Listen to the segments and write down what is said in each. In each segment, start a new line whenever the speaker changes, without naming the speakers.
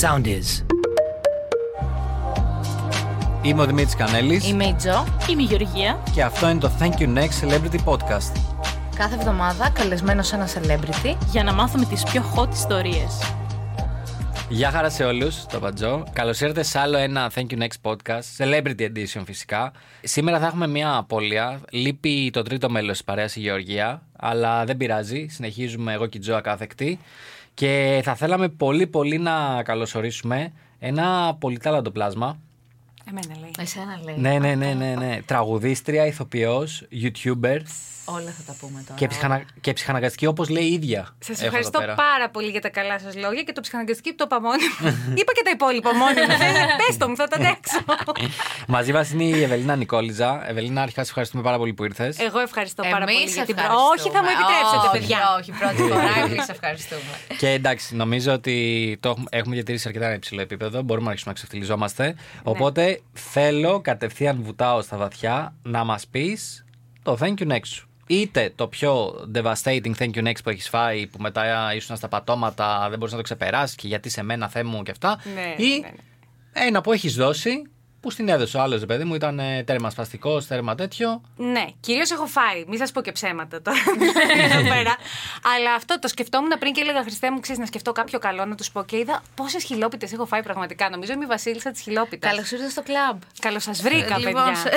sound is.
Είμαι ο Δημήτρης Κανέλης
Είμαι η Τζο.
Είμαι η Γεωργία.
και αυτό είναι το Thank You Next Celebrity Podcast.
Κάθε εβδομάδα καλεσμένο ένα celebrity.
Για να μάθουμε τις πιο hot ιστορίες.
Γεια χαρά σε όλους, το Πατζό. Καλώς ήρθατε σε άλλο ένα Thank You Next Podcast, Celebrity Edition φυσικά. Σήμερα θα έχουμε μια απώλεια. Λείπει το τρίτο μέλος της παρέας η Γεωργία, αλλά δεν πειράζει. Συνεχίζουμε εγώ και η Τζο ακάθεκτη. Και θα θέλαμε πολύ πολύ να καλωσορίσουμε ένα πολυτάλαντο πλάσμα.
Εμένα λέει.
Εσένα λέει.
Ναι, ναι, ναι, ναι, ναι. Τραγουδίστρια, ηθοποιός, YouTuber.
Όλα θα τα πούμε τώρα.
Και, ψυχανα... και ψυχαναγκαστική όπως λέει η ίδια.
Σας
έχω εδώ
ευχαριστώ
πέρα.
πάρα πολύ για τα καλά σας λόγια και το ψυχαναγκαστική που το είπα μόνη μου. Είπα και τα υπόλοιπα μόνη μου. Πες το μου, θα τα αντέξω.
Μαζί μας είναι η Ευελίνα Νικόλιζα. Ευελίνα, αρχικά σε ευχαριστούμε πάρα πολύ που ήρθες.
Εγώ ευχαριστώ πάρα
Εμείς
πολύ για την
ευχαριστούμε.
Όχι, θα μου επιτρέψετε,
Όχι,
παιδιά.
Όχι, πρώτη φορά εμείς ευχαριστούμε.
Και εντάξει, νομίζω ότι το έχουμε- έχουμε διατηρήσει αρκετά υψηλό επίπεδο. Μπορούμε να αρχίσουμε να
Ναι.
ξεφτυλιζόμαστε. Οπότε θέλω κατευθείαν βουτάω στα βαθιά να μας πεις το thank you next σου. Είτε το πιο devastating thank you next που έχεις φάει, που μετά ήσουν στα πατώματα, δεν μπορείς να το ξεπεράσεις και γιατί σε μένα θέ μου και αυτά.
Ναι,
ή
ναι,
ένα που έχεις δώσει, που στην έδωσε ο άλλο, παιδί μου, ήταν ε, τέρμα σπαστικό, τέρμα τέτοιο.
Ναι, κυρίως έχω φάει. Μην σας πω και ψέματα τώρα. εδώ πέρα. Αλλά αυτό το σκεφτόμουν πριν και έλεγα Χριστέ μου, ξέρεις να σκεφτώ κάποιο καλό να τους πω και είδα πόσες χιλόπιτες έχω φάει πραγματικά. Νομίζω είμαι η Βασίλισσα της χιλόπιτας.
Καλώς ήρθατε στο κλαμπ.
Καλώς σας βρήκα,
Λοιπόν,
παιδιά.
σε-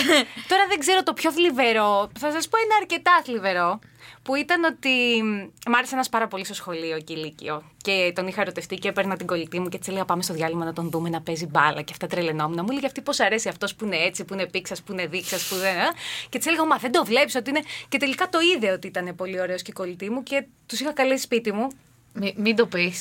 Τώρα δεν ξέρω το πιο θλιβερό. Θα σας πω ένα αρκετά θλιβερό. Που ήταν ότι μ' άρεσε ένας πάρα πολύ στο σχολείο και ηλικίο. Και τον είχα ερωτευτεί και έπαιρνα την κολλητή μου και της έλεγα: Πάμε στο διάλειμμα να τον δούμε να παίζει μπάλα. Και αυτά τρελαινόμουν. Μου έλεγε αυτή πώς αρέσει αυτός που είναι έτσι, που είναι πίξας, που είναι δίξα, που δεν. α». Και της έλεγα: Μα δεν το βλέπεις ότι είναι. Και τελικά το είδε ότι ήταν πολύ ωραίος και η κολλητή μου και τους είχα καλέσει σπίτι μου
Μη- Μην το πεις.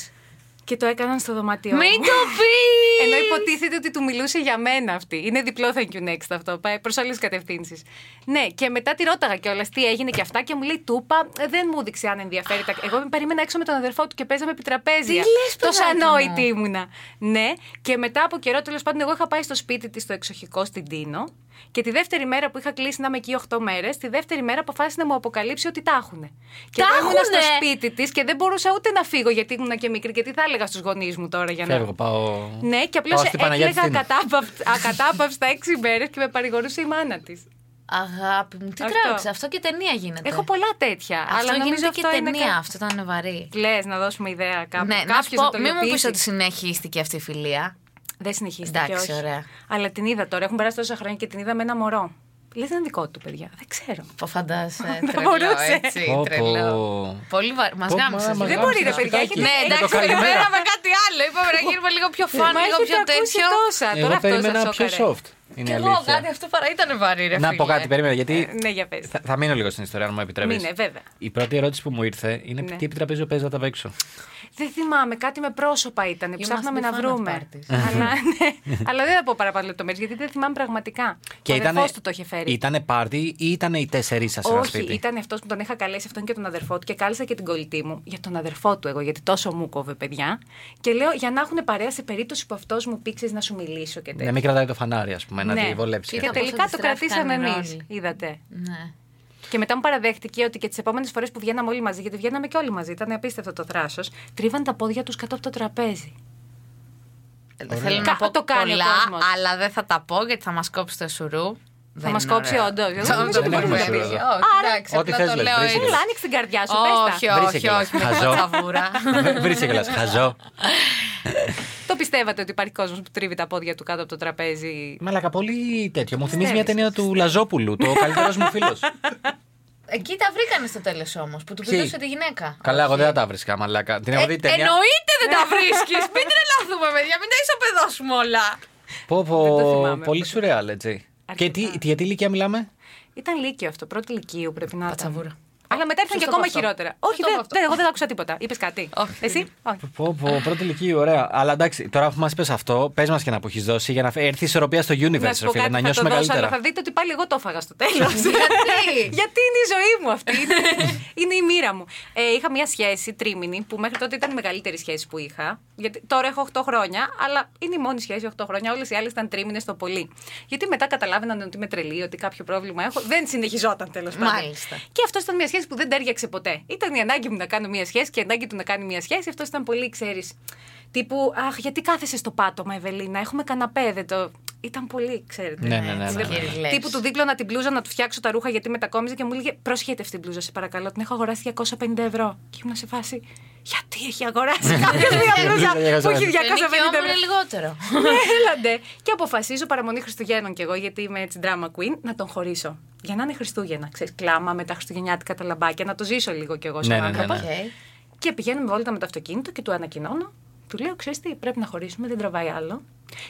και το έκαναν στο δωμάτιό μου.
Μην το πεις!
Ενώ υποτίθεται ότι του μιλούσε για μένα αυτή. Είναι διπλό thank you next αυτό. Πάει προς όλες τις κατευθύνσεις. Ναι, και μετά τη ρώταγα κιόλας τι έγινε και αυτά και μου λέει Τούπα, ε, δεν μου έδειξε αν ενδιαφέρει. τα- Εγώ με περίμενα έξω με τον αδερφό του και παίζαμε επί τραπέζια.
Τι λες,
Τόσο
παιδάκι μου.
ανόητη ήμουνα. Ναι, και μετά από καιρό τέλος πάντων, εγώ είχα πάει στο σπίτι της στο εξοχικό στην Τίνο και τη δεύτερη μέρα που είχα κλείσει να είμαι εκεί 8 μέρες, τη δεύτερη μέρα αποφάσισε να μου αποκαλύψει ότι τα έχουνε. Και
Τα
εγώ ήμουνα στο
έχουνε!
σπίτι της και δεν μπορούσα ούτε να φύγω γιατί ήμουνα και μικρή και τι θα έλεγα στους γονείς μου τώρα για να.
Φεύγω, πάω.
Ναι, και απλώς
Πάω στην Παναγιά
έκλαιγα
της Τίνας.
ακατάπαυσ- ακατάπαυστα έξι μέρες και με παρηγορούσε η μάνα της.
Αγάπη μου, τι
Αυτό.
τράβηξε. Αυτό και ταινία γίνεται.
Έχω πολλά τέτοια.
Ναι. Αυτό
αλλά νομίζω
γίνεται και
αυτό είναι
ταινία.
κα-
Αυτό ήταν βαρύ.
Λες, να δώσουμε ιδέα κάπου.
Ναι, να σου
Κάποιος να,
πω,
το
μην μου
υλοποιήσει.
πει ότι συνεχίστηκε αυτή η φιλία.
Δεν συνεχίστηκε.
Εντάξει,
όχι.
ωραία.
Αλλά την είδα τώρα. Έχουν περάσει τόσα χρόνια και την είδα με ένα μωρό. Λες είναι δικό του, παιδιά. Δεν ξέρω.
Πω φαντάσαι.
Θα
ε, Τρελό,
μπορούσε.
έτσι.
Πω, πω.
Τρελό. Πολύ βαρύ. Μας
Πω,
γάμισε.
μα, μα γάμισε
Δεν μπορεί, ρε
το
παιδιά,
σπιτάκι.
έχετε-
Ναι,
Ε,
εντάξει,
το καλημέρα. Ναι,
περιμέναμε κάτι άλλο. Είπαμε να γίνουμε λίγο πιο φαν, λίγο
Μα έχετε
πιο
ακούσει
τέτοιο.
τόσα. Τώρα
Εγώ
αυτός σας
περίμενα πιο
σόκαρε.
soft. Είναι
Κι
η
εγώ
αλήθεια.
κάτι, αυτό παρά ήταν βαρύ, ρε
Να πω
φίλε.
κάτι, περίμενα, γιατί
Ναι, για πες.
θα, θα μείνω λίγο στην ιστορία, αν μου επιτρέπεις.
Μείνε, βέβαια.
Η πρώτη ερώτηση που μου ήρθε είναι
Ναι.
τι επιτραπέζιο παίζει όταν παίξω.
Δεν θυμάμαι, κάτι με πρόσωπα ήταν.
You
Ψάχναμε
must be
να
fan of
βρούμε.
parties.
αλλά, ναι, αλλά δεν θα πω παραπάνω λεπτομέρειες γιατί δεν θυμάμαι πραγματικά. ο αδερφός του το είχε φέρει.
Ήτανε πάρτι ή ήτανε οι τέσσερις σας ένα
Όχι,
σπίτι.
ήταν αυτός που τον είχα καλέσει αυτόν και τον αδερφό του και κάλεσα και την κολλητή μου για τον αδερφό του εγώ, γιατί τόσο μου κόβε παιδιά. Και λέω για να έχουν παρέα σε περίπτωση που αυτός μου πήξε να σου μιλήσω και τέτοια.
Να Ναι, μην κρατάει το φανάρι, ας πούμε,
Ναι.
να τη βολέψει.
και,
και
Κοίτα,
αυτά.
τελικά το
αντιστράφηκαν
κρατήσαμε εμεί.
όλοι.
Είδατε.
Ναι.
Και μετά μου παραδέχτηκε ότι και τις επόμενες φορές που βγαίναμε όλοι μαζί, γιατί βγαίναμε και όλοι μαζί, ήταν απίστευτο το θράσος, τρίβαν τα πόδια τους κάτω από το τραπέζι.
Θέλω
Κα-
να πω
το κάνει ο
πολλά,
κόσμος.
αλλά δεν θα τα πω γιατί θα μας κόψει το σουρού.
Θα μας κόψει όντως. Εγώ
Θα
νομίζω
ότι
το
μπορούμε
πούμε
να
σουρού.
πει.
Όχι,
Άρα-
εντάξει,
Ό,τι
απλά
θες,
το
λες,
λέω
βρίσκεις.
έτσι.
Έλα, άνοιξε την καρδιά σου, πες
Όχι,
τα.
Βρήσε
όχι,
Ε, κιόλας.
όχι. με
Χαζό.
κοτσαβούρα.
Βρήσε κιόλα. Χαζό.
Το πιστεύατε ότι υπάρχει κόσμος που τρίβει τα πόδια του κάτω από το τραπέζι.
Μαλακα πολύ τέτοιο. Μου θυμίζει μια
Πιστεύεις.
ταινία του Λαζόπουλου, το καλύτερος μου φίλος.
Εκεί τα βρήκανε στο τέλος όμως που του
Ποιοι?
πηδούσε τη γυναίκα. Ε,
Καλά, εγώ δεν θα τα βρίσκα, μαλάκα.
Ε,
Την έχω δει ταινία.
Εννοείται δεν
Ναι.
τα βρίσκεις. Μην τρελαθούμε, παιδιά. Μην τα ισοπεδώσουμε όλα.
Πω,
Δεν το
πω,
θυμάμαι.
πολύ σουρεάλ, έτσι. Και τι,
Αρκετά.
τι- για τι ηλικία μιλάμε,
Ήταν λύκειο αυτό, πρώτη λυκείου πρέπει να ήταν.
Πατσαβούρα.
Αλλά μετά ήρθαν και
Σωστό
ακόμα
αυτό.
χειρότερα.
Σωστό
Όχι, δεν,
αυτό.
δεν, εγώ δεν άκουσα τίποτα. Είπες κάτι.
Όχι.
Εσύ, όχι.
Πω, πω, πρώτη ηλικία, ωραία. Αλλά εντάξει, τώρα αφού μα πει αυτό, πες μας και να που έχεις δώσει για να φε- έρθει η ισορροπία στο universe,
Να σου
ρε φίλε,
πω κάτι,
να
θα το
νιώσουμε
δώσω,
καλύτερα.
αλλά θα δείτε ότι πάλι εγώ το έφαγα στο τέλος.
Γιατί?
Γιατί είναι η ζωή μου αυτή. Είναι, είναι η μοίρα μου. Ε, είχα μια σχέση τρίμηνη που μέχρι τότε ήταν η μεγαλύτερη σχέση που είχα. Γιατί τώρα έχω 8 χρόνια, αλλά είναι η μόνη σχέση 8 χρόνια. Όλες οι άλλες ήταν τρίμηνες το πολύ. Γιατί μετά καταλάβαιναν ότι είμαι τρελή, ότι κάποιο πρόβλημα έχω. Δεν συνεχιζόταν τέλος πάντων.
Μάλιστα.
Και αυτό ήταν μια σχέση σχέση που δεν τέριαξε ποτέ. Ήταν η ανάγκη μου να κάνω μία σχέση και η ανάγκη του να κάνει μία σχέση. Αυτός ήταν πολύ, ξέρεις. Τύπου, Αχ, γιατί κάθεσαι στο πάτωμα, Ευελίνα. Έχουμε καναπέ, δεν το. Ήταν πολύ, ξέρετε.
Ναι, ναι, ναι, ναι, ναι.
Λες.
Τύπου του δίπλωνα την πλούζα να του φτιάξω τα ρούχα γιατί μετακόμιζε και μου έλεγε Προσχέτε αυτή την πλούζα, σε παρακαλώ. Την έχω αγοράσει 250 ευρώ. Και ήμουν σε φάση. Γιατί έχει αγοράσει κάποιος μια πλούζα που έχει 250
Δεν
ευρώ.
είναι λιγότερο.
Ναι, έλαντε. Και αποφασίζω παραμονή Χριστουγέννων κι εγώ, γιατί είμαι έτσι drama queen, να τον χωρίσω. Για να είναι Χριστούγεννα. Ξέρεις, κλάμα με τα χριστουγεννιάτικα τα λαμπάκια, να το ζήσω λίγο κι εγώ σαν
Ναι, ναι, ναι,
άνθρωπος.
ναι.
Οκ.
Και πηγαίνουμε βόλτα με το αυτοκίνητο και του ανακοινώνω. Του λέω, ξέρεις τι, πρέπει να χωρίσουμε, δεν τραβάει άλλο.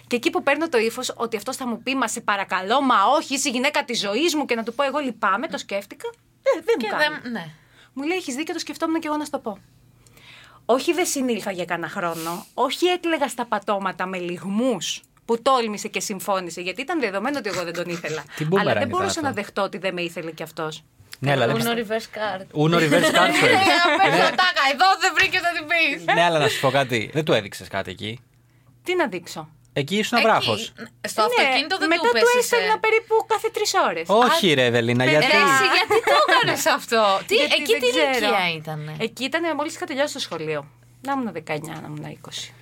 Και εκεί που παίρνω το ύφος ότι αυτός θα μου πει, Μα σε παρακαλώ, μα όχι, είσαι η γυναίκα της ζωής μου και να του πω, Εγώ λυπάμαι, το σκέφτηκα. Ε, δεν
Και
μου κάνει.
δεν. Ναι.
Μου λέει: Έχεις δίκιο, το σκεφτόμουν και εγώ να σου το πω. Όχι, δεν συνήλθα για κανένα χρόνο. Όχι, έκλαιγα στα πατώματα με λιγμούς που τόλμησε και συμφώνησε, γιατί ήταν δεδομένο ότι εγώ δεν τον ήθελα.
Τι μπούμερανγκ
Αλλά δεν
ήταν
μπορούσα
αυτό.
να δεχτώ ότι δεν με ήθελε κι αυτός.
Ναι, αλλά δεν
Uno
πιστεύω.
reverse card.
Uno reverse card
Ναι,
σου
Ε,
έδειξε.
παίρνω τάκα. Εδώ δεν βρήκε να την πεις.
Ναι, αλλά να σου πω κάτι. Δεν του έδειξες κάτι εκεί.
Τι να δείξω.
Εκεί ήσουν βράχο.
Στο
Ναι,
αυτοκίνητο δεν
Μετά
του
του
πέσει.
έστελνα περίπου κάθε τρεις ώρες.
Όχι, ρε Ευελίνα,
Ναι,
γιατί.
Ρε, εσύ, γιατί το έκανες αυτό. Τι,
Γιατί
εκεί
δεν
τι
ξέρω.
ηλικία ήταν.
Εκεί ήταν μόλις είχα τελειώσει το σχολείο. Να ήμουν 19, να ήμουν 20.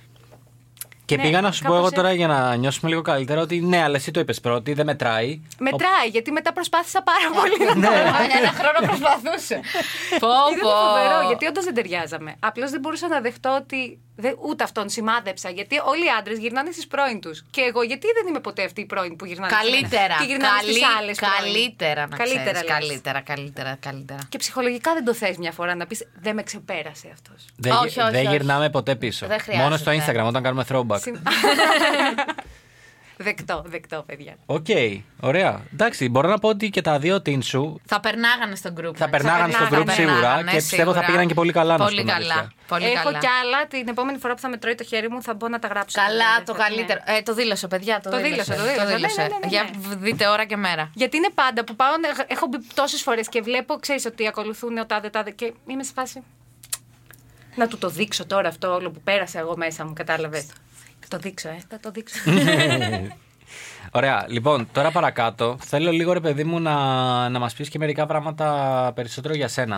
Και
ναι,
πήγα να σου πω
κάπως
εγώ
έτσι.
τώρα για να νιώσουμε λίγο καλύτερα ότι ναι, αλλά εσύ το είπες πρώτη, δεν μετράει.
Μετράει, γιατί μετά προσπάθησα πάρα πολύ να το
Ναι. Ένα χρόνο προσπαθούσε. Πω,
Ήταν φοβερό,
πω.
γιατί όντως δεν ταιριάζαμε. Απλώς δεν μπορούσα να δεχτώ ότι. Δε, ούτε αυτόν σημάδεψα. Γιατί όλοι οι άντρες γυρνάνε στις πρώην τους. Και εγώ, γιατί δεν είμαι ποτέ αυτή η πρώην που γυρνάνε στις
Καλύτερα.
μένα. Και γυρνάνε
Καλή-
στι άλλε.
Καλύτερα να
Καλύτερα,
ξέρεις.
λες.
Καλύτερα, καλύτερα, καλύτερα.
Και ψυχολογικά δεν το θες μια φορά να πεις Δεν με ξεπέρασε αυτός.
Δεν
Όχι,
γυ-
όχι,
δεν
όχι.
γυρνάμε ποτέ πίσω.
Δεν χρειάζεται. ναι.
Μόνο στο Instagram όταν κάνουμε throwback.
δεκτό, δεκτό, παιδιά.
Οκ, ωραία. Εντάξει, μπορώ να πω ότι και τα δύο την σου
Θα περνάγανε στο group.
Θα περνάγανε
στο group
σίγουρα και πιστεύω θα πήγαιναν και πολύ καλά, να σου
Πολύ
πούμε
καλά.
αλήθεια.
Πολύ
Έχω
καλά.
κι άλλα. Την επόμενη φορά που θα με τρώει το χέρι μου θα μπω να τα γράψω.
Καλά,
βέβαια,
το
θα- ναι.
καλύτερο. Ε, το δήλωσε, παιδιά. Το,
Το δήλωσε, το δήλωσε. Ναι, ναι, ναι, ναι.
Για δείτε ώρα και μέρα.
Γιατί είναι πάντα που πάω, να- έχω μπει τόσες φορές και βλέπω, ξέρεις ότι ακολουθούν ο τάδε τάδε και είμαι σε φάση. Να του το δείξω τώρα αυτό όλο που πέρασα εγώ μέσα μου, κατάλαβες. Θα το δείξω, ε. Θα το δείξω.
Ωραία, λοιπόν, τώρα παρακάτω. Θέλω λίγο ρε παιδί μου να, να μας πεις και μερικά πράγματα περισσότερο για σένα.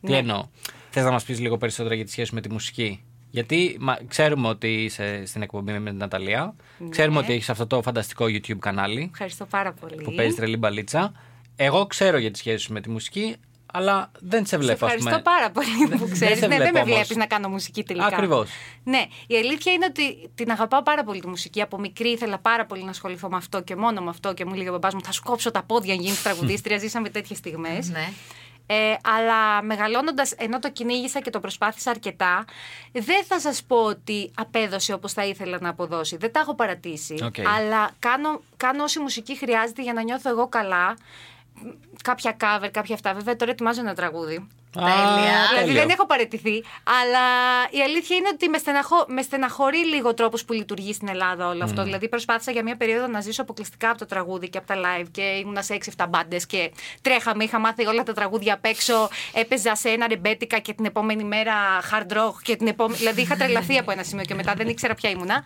Ναι.
Τι εννοώ. Θες να μας πεις λίγο περισσότερο για τη σχέση σου με τη μουσική. Γιατί μα, ξέρουμε ότι είσαι στην εκπομπή με την Ναταλία.
Ναι.
Ξέρουμε ότι έχεις αυτό το φανταστικό YouTube κανάλι
Ευχαριστώ πάρα πολύ.
που παίζεις τρελή μπαλίτσα. Εγώ ξέρω για τη σχέση σου με τη μουσική, αλλά δεν σε
Σε
βλέπω. ας πούμε.
ευχαριστώ πάρα πολύ που ξέρεις.
σε
ναι, δεν
βλέπω
με
όμως.
βλέπεις να κάνω μουσική τελικά.
Ακριβώς.
Ναι, η αλήθεια είναι ότι την αγαπάω πάρα πολύ τη μουσική. Από μικρή ήθελα πάρα πολύ να ασχοληθώ με αυτό και μόνο με αυτό. Και μου έλεγε ο μπαμπάς μου, θα σου κόψω τα πόδια αν γίνεις τραγουδίστρια. Ζήσαμε τέτοιες στιγμές.
Ναι.
Ε, αλλά μεγαλώνοντας, ενώ το κυνήγησα και το προσπάθησα αρκετά, δεν θα σας πω ότι απέδωσε όπως θα ήθελα να αποδώσει. Δεν τα έχω παρατήσει.
Οκ.
Αλλά κάνω, κάνω όση μουσική χρειάζεται για να νιώθω εγώ καλά. Μ, Κάποια cover, κάποια αυτά. Βέβαια, τώρα ετοιμάζω ένα τραγούδι.
Α,
Τέλεια.
Δηλαδή
τέλειο.
δεν έχω παραιτηθεί. Αλλά η αλήθεια είναι ότι με, στεναχω... με στεναχωρεί λίγο ο τρόπος που λειτουργεί στην Ελλάδα όλο
Mm.
αυτό. Δηλαδή προσπάθησα για μια περίοδο να ζήσω αποκλειστικά από το τραγούδι και από τα live και ήμουνα σε 6-7 μπάντες και τρέχαμε. Είχα μάθει όλα τα τραγούδια απ' έξω. Έπαιζα σε ένα ρεμπέτικα και την επόμενη μέρα hard rock. Και την επόμε- Δηλαδή είχα τρελαθεί από ένα σημείο και μετά δεν ήξερα ποια ήμουνα.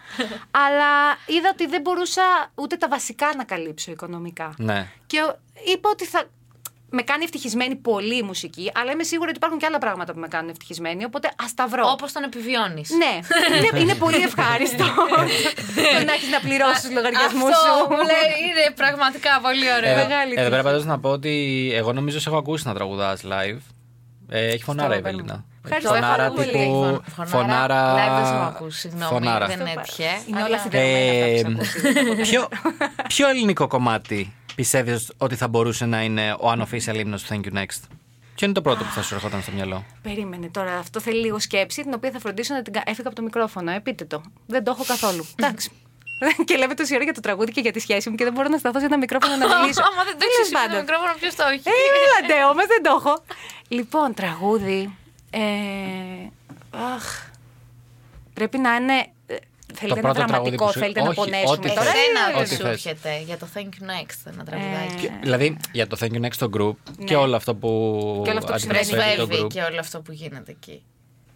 αλλά είδα ότι δεν μπορούσα ούτε τα βασικά να καλύψω οικονομικά.
Ναι.
Και ο- είπα ότι θα. Με κάνει ευτυχισμένη πολύ η μουσική, αλλά είμαι σίγουρη ότι υπάρχουν και άλλα πράγματα που με κάνουν ευτυχισμένη. Οπότε ας τα βρω.
Όπως τον επιβιώνεις.
Ναι, είναι, είναι πολύ ευχάριστο το να έχεις να πληρώσεις τους λογαριασμούς
Αυτό μου
σου.
λέει είναι πραγματικά πολύ
Εδώ,
ωραίο.
Ε, μεγάλη
εδώ πέρα
τύχη.
πάντως να πω ότι εγώ νομίζω σε έχω ακούσει να τραγουδάς live. Ε, έχει φωνάρα η
Βέβαια.
Ευελίνα.
Ευχαριστώ
φωνάρα
πολύ.
τύπου. Φωνάρα.
Live δεν σε έχω ακούσει, συγγνώμη.
φωνάρα.
Δεν έτυχε.
Είναι
αλλά-
όλα συνδεδεμένα. αυτά που
Ε, ποιο, ποιο ελληνικό κομμάτι πιστεύεις ότι θα μπορούσε να είναι ο unofficial ύμνος του Thank You Next. Ποιο είναι το πρώτο που θα σου ερχόταν στο μυαλό.
Περίμενε τώρα. Αυτό θέλει λίγο σκέψη, την οποία θα φροντίσω να την. κα- Έφυγα από το μικρόφωνο. Ε, πείτε το. Δεν το έχω καθόλου. Εντάξει. και λέμε τόση ώρα για το τραγούδι και για τη σχέση μου και δεν μπορώ να σταθώ σε ένα μικρόφωνο να μιλήσω.
Άμα δεν το
Τέλος
έχει το
πάντων.
μικρόφωνο, ποιος το έχει.
Ε, έλατε όμως, δεν το έχω. Λοιπόν, τραγούδι. Ε, αχ. Πρέπει να είναι. ε, Θέλετε
πρώτο
να
τραγούδι που
δραματικό,
σου-
θέλετε να
όχι, ό,τι
πονέσουμε τώρα. Ε,
θες.
ή-
Εσένα
Ό,τι
δεν σου
θες.
έρχεται για το Thank you next ένα
Ε.
τραγουδάκι.
Ποιο- δηλαδή για το Thank You Next το group και όλο αυτό που
Και όλο αυτό που
αντιπροσωπεύει
Πρεσβεύει
group.
και όλο αυτό που γίνεται εκεί.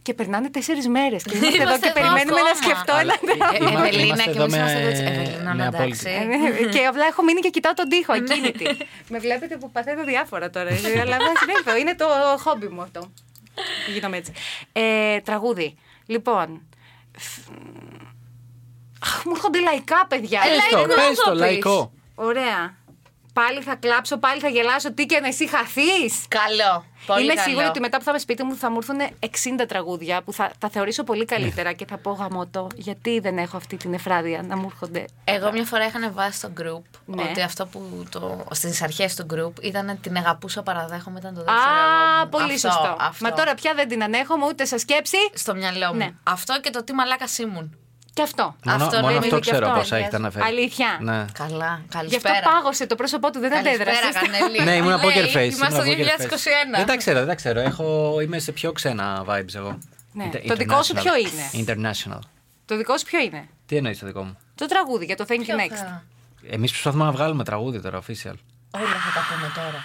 Και περνάνε τέσσερις μέρες. Και είμαστε εδώ
Είμαστε
και
εδώ
περιμένουμε να
ακόμα.
σκεφτώ
Αλλά
έναν
ε- ε-
άνθρωπο.
Ευελίνα,
είμαστε
και
εδώ
εμεί
με-
είμαστε εδώ. έτσι, Ευελίνα,
με
να
απόλυτη.
εντάξει. Ε,
Ε, ναι, και απλά έχω μείνει και κοιτάω τον τοίχο
Ναι.
ακίνητη. Με βλέπετε που παθαίνω διάφορα τώρα. ε, Αλλά δεν συνέβη. Είναι το χόμπι μου αυτό. Γίνομαι έτσι. Ε, τραγούδι. Λοιπόν. φ- Αχ, μου έρχονται λαϊκά, παιδιά.
Πες το,
Ε, λαϊκό
πες
θα
το,
πεις.
λαϊκό.
Ωραία. Πάλι θα κλάψω, πάλι θα γελάσω. Τι και να εσύ χαθείς.
Καλό. Πολύ
Είμαι
καλό.
σίγουρη ότι μετά που θα είμαι σπίτι μου θα μου έρθουν 60 τραγούδια που θα τα θεωρήσω πολύ καλύτερα και θα πω γαμώτο. Γιατί δεν έχω αυτή την εφράδια να μου έρχονται.
Εγώ μια φορά είχα ανεβάσει στο group
Ναι.
ότι αυτό που το, στις αρχές του group ήταν την αγαπούσα παραδέχομαι ήταν το δεύτερο
Α,
album.
πολύ
Αυτό,
σωστό.
αυτό.
Μα τώρα πια δεν την ανέχομαι ούτε σε σκέψη.
στο μυαλό μου.
Ναι.
Αυτό και το τι μαλάκας ήμουν.
Και αυτό.
Μόνο
Αυτό
αυτό, μόνο
νομίζω
αυτό
και
ξέρω
αυτό,
πόσα έχετε
αλήθεια.
αναφέρει.
Αλήθεια.
Ναι.
Καλά,
Γι' αυτό
καλησπέρα.
πάγωσε το πρόσωπό του, δεν
Καλησπέρα,
αντέδρασε.
Κανέλη.
Ναι, ήμουν
Λέει,
poker face.
Είμαστε
ήμουνα
το
poker face.
2021.
Δεν τα ξέρω, δεν τα ξέρω. Έχω, είμαι σε πιο ξένα vibes εγώ.
Ναι.
Inter-
Το δικό σου
international.
ποιο είναι?
International.
Το δικό σου ποιο είναι.
Τι εννοείς το δικό μου.
Το τραγούδι για το Thank you
Ποιο
next.
θα-
Εμείς προσπαθούμε να βγάλουμε τραγούδι τώρα, official.
Όλα θα τα πούμε τώρα.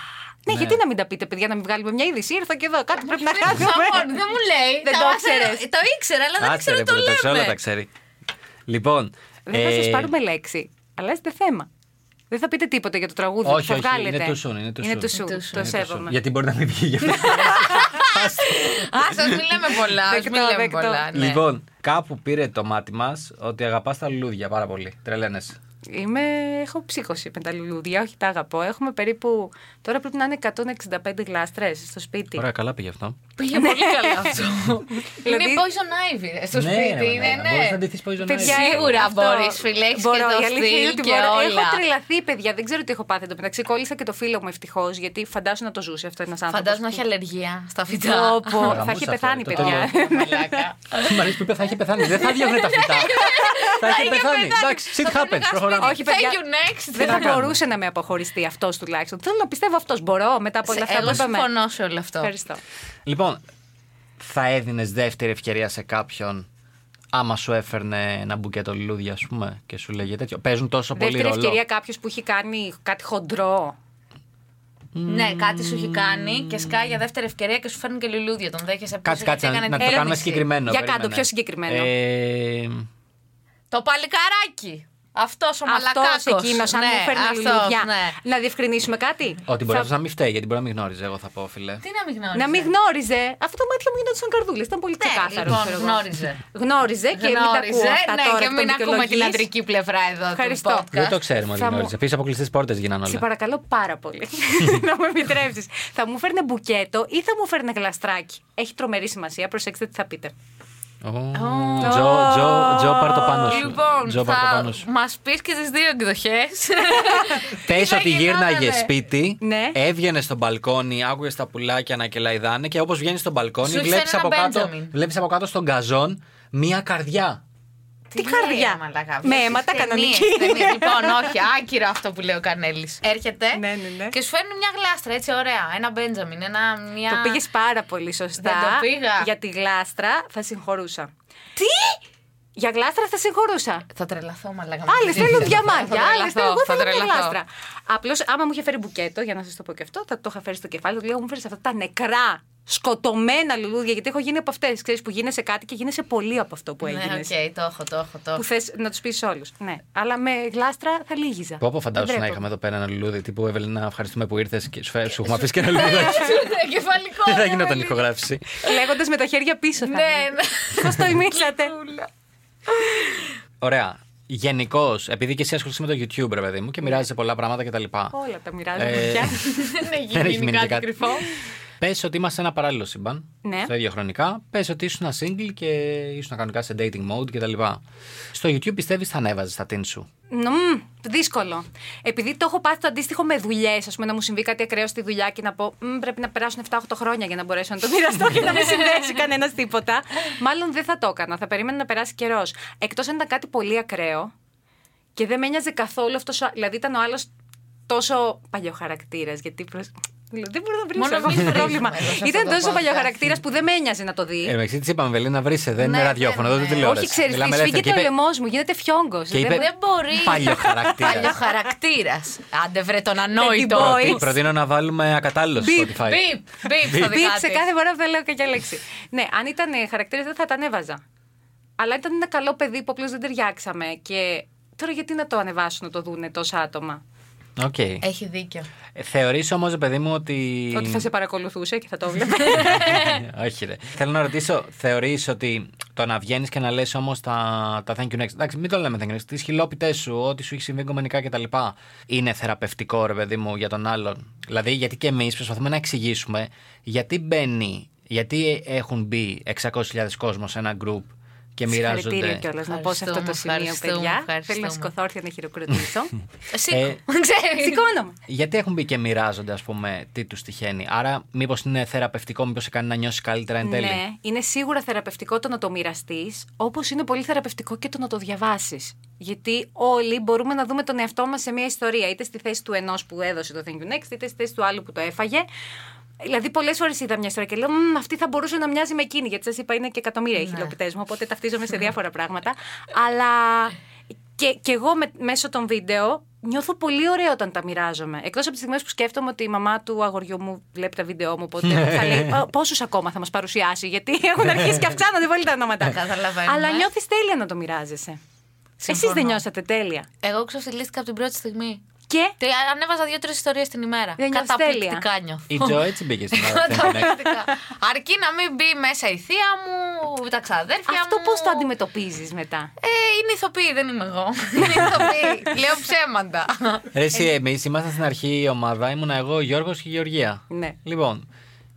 Ναι,
Ναι.
γιατί να μην τα πείτε, παιδιά, να μην βγάλουμε μια είδηση. Ήρθα και εδώ, κάτι πρέπει να
Σαμών,
κάνουμε.
δεν μου λέει.
Δεν
Τα
το
μάθα-
ξέρες.
Το ήξερα, αλλά δεν
Άτσε
ξέρω
ρε,
το
πρωταξέ, όλα τα
λέμε.
ξέρει. Λοιπόν.
Δεν θα
ε,
σα πάρουμε λέξη. Αλλάζετε θέμα. Δεν θα πείτε τίποτα για το τραγούδι.
Όχι,
θα
όχι,
βγάλετε.
είναι too soon, είναι too soon.
too soon,
Είναι too soon.
Το
είναι τόσο-
σέβομαι.
Γιατί μπορεί να μην βγει γι' αυτό.
Ας, σας μην λέμε πολλά. ας
Δεκτό,
Μην λέμε
δεκτό.
πολλά. ναι.
Λοιπόν, κάπου πήρε το μάτι μας ότι αγαπάς τα λουλούδια πάρα πολύ. Τρελαίνε.
Είμαι, έχω ψύχωση με τα λουλούδια, όχι τα αγαπώ. Έχουμε περίπου. Τώρα πρέπει να είναι 165 γλάστρες στο σπίτι.
Ωραία, καλά πήγε αυτό.
Πήγε πολύ καλά αυτό. Είναι
Ναι. Δηλαδή-
Poison Ivy ρε, στο
Ναι,
σπίτι. Είναι,
Μπορείς να
ναι.
ντυθείς Poison Ivy.
Παιδιά,
Σίγουρα
αυτό-
μπορείς, φίλε, έχεις
μπορώ,
και το
η αλήθεια
στυλ
είναι ότι
και
μπορώ.
όλα.
Έχω τρελαθεί, παιδιά. Δεν ξέρω τι έχω πάθει. Εν τω μεταξύ, κόλλησα και το φίλο μου ευτυχώς, γιατί φαντάζομαι να το ζούσε αυτό ένας άνθρωπος.
Φαντάζομαι έχει αλλεργία στα φυτά.
Πω, πω,
Γαμούσα αυτό,
θα έχει πεθάνει,
το
παιδιά.
τέλειο.
Μαλάκα.
Μ' αρέσει που είπε θα είχε πεθάνει. Δεν θα διώχνε τα φυτά. θα είχε πεθάνει. Εντάξει, shit happens. Προχωράμε.
Όχι, παιδιά.
Thank you next.
Δεν θα μπορούσε να με αποχωριστεί αυτός τουλάχιστον. Θέλω να πιστεύω αυτός. Μπορώ μετά από όλα αυτά που
Εγώ
είπαμε.
συμφωνώ σε όλο αυτό.
Ευχαριστώ.
Λοιπόν, θα έδινες δεύτερη ευκαιρία σε κάποιον άμα σου έφερνε ένα μπουκέτο λουλούδια, ας πούμε, και σου λέγε τέτοιο. Παίζουν τόσο πολύ
Δεύτερη
ρόλο.
ευκαιρία κάποιος που έχει κάνει κάτι χοντρό.
Ναι, κάτι σου έχει κάνει και σκάει για δεύτερη ευκαιρία και σου φέρνουν και λουλούδια. Τον δέχεσαι πίσω. γιατί
Κάτσε, κάτσε, να,
έκανε
να
την
το κάνουμε
ένδειξη.
συγκεκριμένο.
Για κάτω,
περίμενε.
πιο συγκεκριμένο.
Ε,
Το παλικάράκι. Αυτός ο
Αυτό
μαλακάκος.
εκείνος, αν
Ναι,
μου φέρνει
αυτός,
λουλούδια.
ναι.
Να διευκρινίσουμε κάτι.
ότι μπορεί να μην φταίει, γιατί μπορεί να μην γνώριζε, εγώ θα πω, φίλε.
Τι να μην γνώριζε.
Να μην γνώριζε. Αυτό το μάτι μου γινόταν σαν καρδούλες. Ήταν πολύ
Ναι,
ξεκάθαρο.
λοιπόν,
ξέρω εγώ.
γνώριζε.
Γνώριζε και μην τα ακούω αυτά
ναι,
τώρα.
και
το
μην ακούμε την
δικαιολογείς.
αντρική πλευρά εδώ
Ευχαριστώ.
του podcast.
Δεν το ξέρουμε ότι
Θα μου-
γνώριζε. Πίσω από κλειστέ πόρτες γίνανε
Σε
όλα.
παρακαλώ πάρα πολύ. να μου επιτρέψεις. θα μου φέρνε μπουκέτο ή θα μου φέρνε γλαστράκι. Έχει τρομερή σημασία. Προσέξτε τι θα πείτε.
Ω, Τζο, Τζο, Τζο, πάρ το πάνω σου.
Λοιπόν,
Τζο, πάρ το
θα
πάνω σου.
μας πεις και τις δύο εκδοχές.
Πες
θα
ότι γύρναγε
γινότανε.
σπίτι,
Ναι.
έβγαινε στο μπαλκόνι, άκουγες τα πουλάκια να κελαϊδάνε και όπως βγαίνεις στο μπαλκόνι,
Σου
βλέπει
φέρνει
από,
ένα
κάτω-
Benjamin.
βλέπεις από κάτω στον καζόν μία καρδιά.
Τι,
λέει,
καρδιά.
ρε μαλάκα,
Με
βλέπεις
αίματα
ταινίες,
κανονική.
ταινίες. λοιπόν, όχι, άκυρο αυτό που λέει ο Κανέλης. Έρχεται
Ναι, ναι, ναι.
και σου φέρνει μια γλάστρα έτσι ωραία. Ένα Μπέντζαμιν, ένα. Μια...
Το πήγες πάρα πολύ σωστά.
Δεν το πήγα.
Για τη γλάστρα θα συγχωρούσα. Τι! Για γλάστρα θα συγχωρούσα.
Θα τρελαθώ, μαλάκα.
Άλλε θέλουν διαμάντια,
Θα
άλλε
τρελαθώ,
θέλουν. Εγώ
θα
θέλω μια
τρελαθώ. Ναι,
γλάστρα. Απλώς άμα μου είχε φέρει μπουκέτο, για να σας το πω και αυτό, θα το είχα φέρει στο κεφάλι. του Λέω, μου φέρεις αυτά τα νεκρά, σκοτωμένα λουλούδια, γιατί έχω γίνει από αυτές. Ξέρεις που γίνεσαι κάτι και γίνεσαι πολύ από αυτό που έγινε.
Ναι, οκ, το έχω, το έχω, το έχω.
Που θες να τους πεις όλους. Ναι, αλλά με γλάστρα θα λύγιζα.
Πω πω φαντάζομαι
Δεν
να
τρέπω.
είχαμε εδώ πέρα ένα λουλούδι τύπου Ευελίνα, ευχαριστούμε που ήρθες και σου, φέ- σου έχουμε αφήσει και ένα λουλούδι.
Κεφαλικό.
Δεν θα
ρε,
γινόταν
Μελή.
ηχογράφηση.
Λέγοντας με τα χέρια πίσω.
Ναι, ναι.
Πώς το ημίξατε.
Ωραία. Γενικώς, επειδή και εσύ ασχολείσαι με το YouTube, ρε παιδί μου, και μοιράζεσαι πολλά πράγματα κτλ.
Όλα τα μοιράζομαι
Ε,
πια.
Δεν έχει
Δεν έχει
μείνει
μείνει και
κάτι
κάτι.
κρυφό.
Πες ότι είμαστε ένα παράλληλο σύμπαν.
Ναι.
Στο ίδιο χρονικά. Πες ότι ήσουν single και ήσουν κανονικά σε dating mode κτλ. Στο YouTube πιστεύεις θα ανέβαζες τα teen σου.
Μμμ, δύσκολο. Επειδή το έχω πάθει το αντίστοιχο με δουλειές, ας πούμε, να μου συμβεί κάτι ακραίο στη δουλειά και να πω «Μμ, πρέπει να περάσουν 7-8 χρόνια για να μπορέσω να το μοιραστώ και να μην συνδέσει κανένας τίποτα. Μάλλον δεν θα το έκανα. Θα περίμενα να περάσει καιρός. Εκτός αν ήταν κάτι πολύ ακραίο και δεν με ένοιαζε καθόλου αυτός. Δηλαδή ήταν ο άλλος τόσο παλιό χαρακτήρα, γιατί προς... Λέω, Δεν μπορώ να βρίσω.
Μόνο
Μόνο
εμείς
έχω πρόβλημα.
βρίζουμε εδώ σε αυτό
Ήταν
το
τόσο
podcast.
παλιό χαρακτήρας που δεν με ένοιαζε να το
Εν τω
δει.
μεταξύ τη Ε, είπαμε, Βελίνα, βρήσε, δεν είναι
Ναι, δεν
ραδιόφωνο, δεν είναι
είναι.
τηλεόραση.
Όχι, ξέρεις,
Μιλάμε
σφίγγει
ελεύθερα.
το
Και είπε-
λαιμό μου, γίνεται φιόγκος.
και είπε-
Δεν μπορεί.
Παλιό χαρακτήρας.
Παλιό χαρακτήρας. Άντε βρε τον ανόητο.
Petty boy.
Προτε-
boys.
Προτείνω να βάλουμε ακατάλληλο στο
Beep,
Spotify.
Μπίπ, μπίπ στο
Μπίπ.
δικά
Πήψε
της.
κάθε φορά που δεν λέω κακιά λέξη. ναι, αν ήταν χαρακτήρα δεν θα τα ανέβαζα. Αλλά ήταν ένα καλό παιδί που απλώς δεν ταιριάξαμε. Και τώρα γιατί να το ανεβάσουν να το δούνε τόσα άτομα.
Οκ.
Έχει δίκιο.
Ε, Θεωρείς όμως, παιδί μου, ότι...
Ότι θα σε παρακολουθούσε και θα το βλέπει.
Όχι, ρε. Θέλω να ρωτήσω, θεωρείς ότι το να βγαίνεις και να λες όμως τα, τα thank you next. Εντάξει, μην το λέμε thank you next. Τις χιλόπιτες σου, ό,τι σου έχει συμβεί οικομενικά κτλ. Είναι θεραπευτικό, ρε παιδί μου, για τον άλλον. Δηλαδή, γιατί και εμείς προσπαθούμε να εξηγήσουμε γιατί μπαίνει, γιατί έχουν μπει 600.000 κόσμος σε ένα group και μοιράζονται.
Συγχαρητήρια κιόλας να πω σε αυτό το
Ευχαριστούμε,
σημείο,
ευχαριστούμε,
παιδιά. Θέλω
ευχαριστούμε.
να σηκωθώ όρθια να χειροκροτήσω.
Σήκω.
Ε,
Ξέρεις.
Σηκώνομαι.
Γιατί έχουν μπει και μοιράζονται, ας πούμε, τι τους τυχαίνει. Άρα, μήπως είναι θεραπευτικό, μήπως σε κάνει να νιώσεις καλύτερα εν τέλει.
Ναι, είναι σίγουρα θεραπευτικό το να το μοιραστείς, όπως είναι πολύ θεραπευτικό και το να το διαβάσεις. Γιατί όλοι μπορούμε να δούμε τον εαυτό μας σε μια ιστορία, είτε στη θέση του ενός που έδωσε το Thank you next, είτε στη θέση του άλλου που το έφαγε. Δηλαδή, πολλές φορές είδα μια ιστορία και λέω: «Μμμ, Αυτή θα μπορούσε να μοιάζει με εκείνη. Γιατί σας είπα, είναι και εκατομμύρια
Ναι.
οι χιλιοπιτέ μου, οπότε ταυτίζομαι σε διάφορα πράγματα. Αλλά και, και εγώ με- μέσω των βίντεο νιώθω πολύ ωραία όταν τα μοιράζομαι. Εκτός από τις στιγμές που σκέφτομαι ότι η μαμά του αγοριού μου βλέπει τα βίντεο μου, οπότε θα λέει πόσους ακόμα θα μας παρουσιάσει, γιατί έχουν αρχίσει και αυξάνονται πολύ τα ονόματα.
Καταλαβαίνουμε.
Αλλά νιώθεις τέλεια να το μοιράζεσαι. Εσείς δεν νιώσατε τέλεια.
Εγώ ξεφτυλίστηκα από την πρώτη στιγμή.
Και
Τε- Ανέβαζα δύο-τρει ιστορίες την ημέρα.
Δεν νιώθεις
Καταπληκτικά
τέλεια.
νιώθω.
Η Τζο έτσι μπήκε στην ώρα. Thank you next.
Καταπληκτικά. Αρκεί να μην μπει μέσα η θεία μου, τα ξαδέρφια
αυτό
μου.
πώς το αντιμετωπίζεις μετά.
Ε, είναι ηθοποιοί, δεν είμαι εγώ. Είναι ηθοποιοί. Λέω ψέματα.
Ρε, Ε, εσύ, εμείς ήμασταν στην αρχή η ομάδα, ήμουνα εγώ, Γιώργος και η Γεωργία.
Ναι.
Λοιπόν,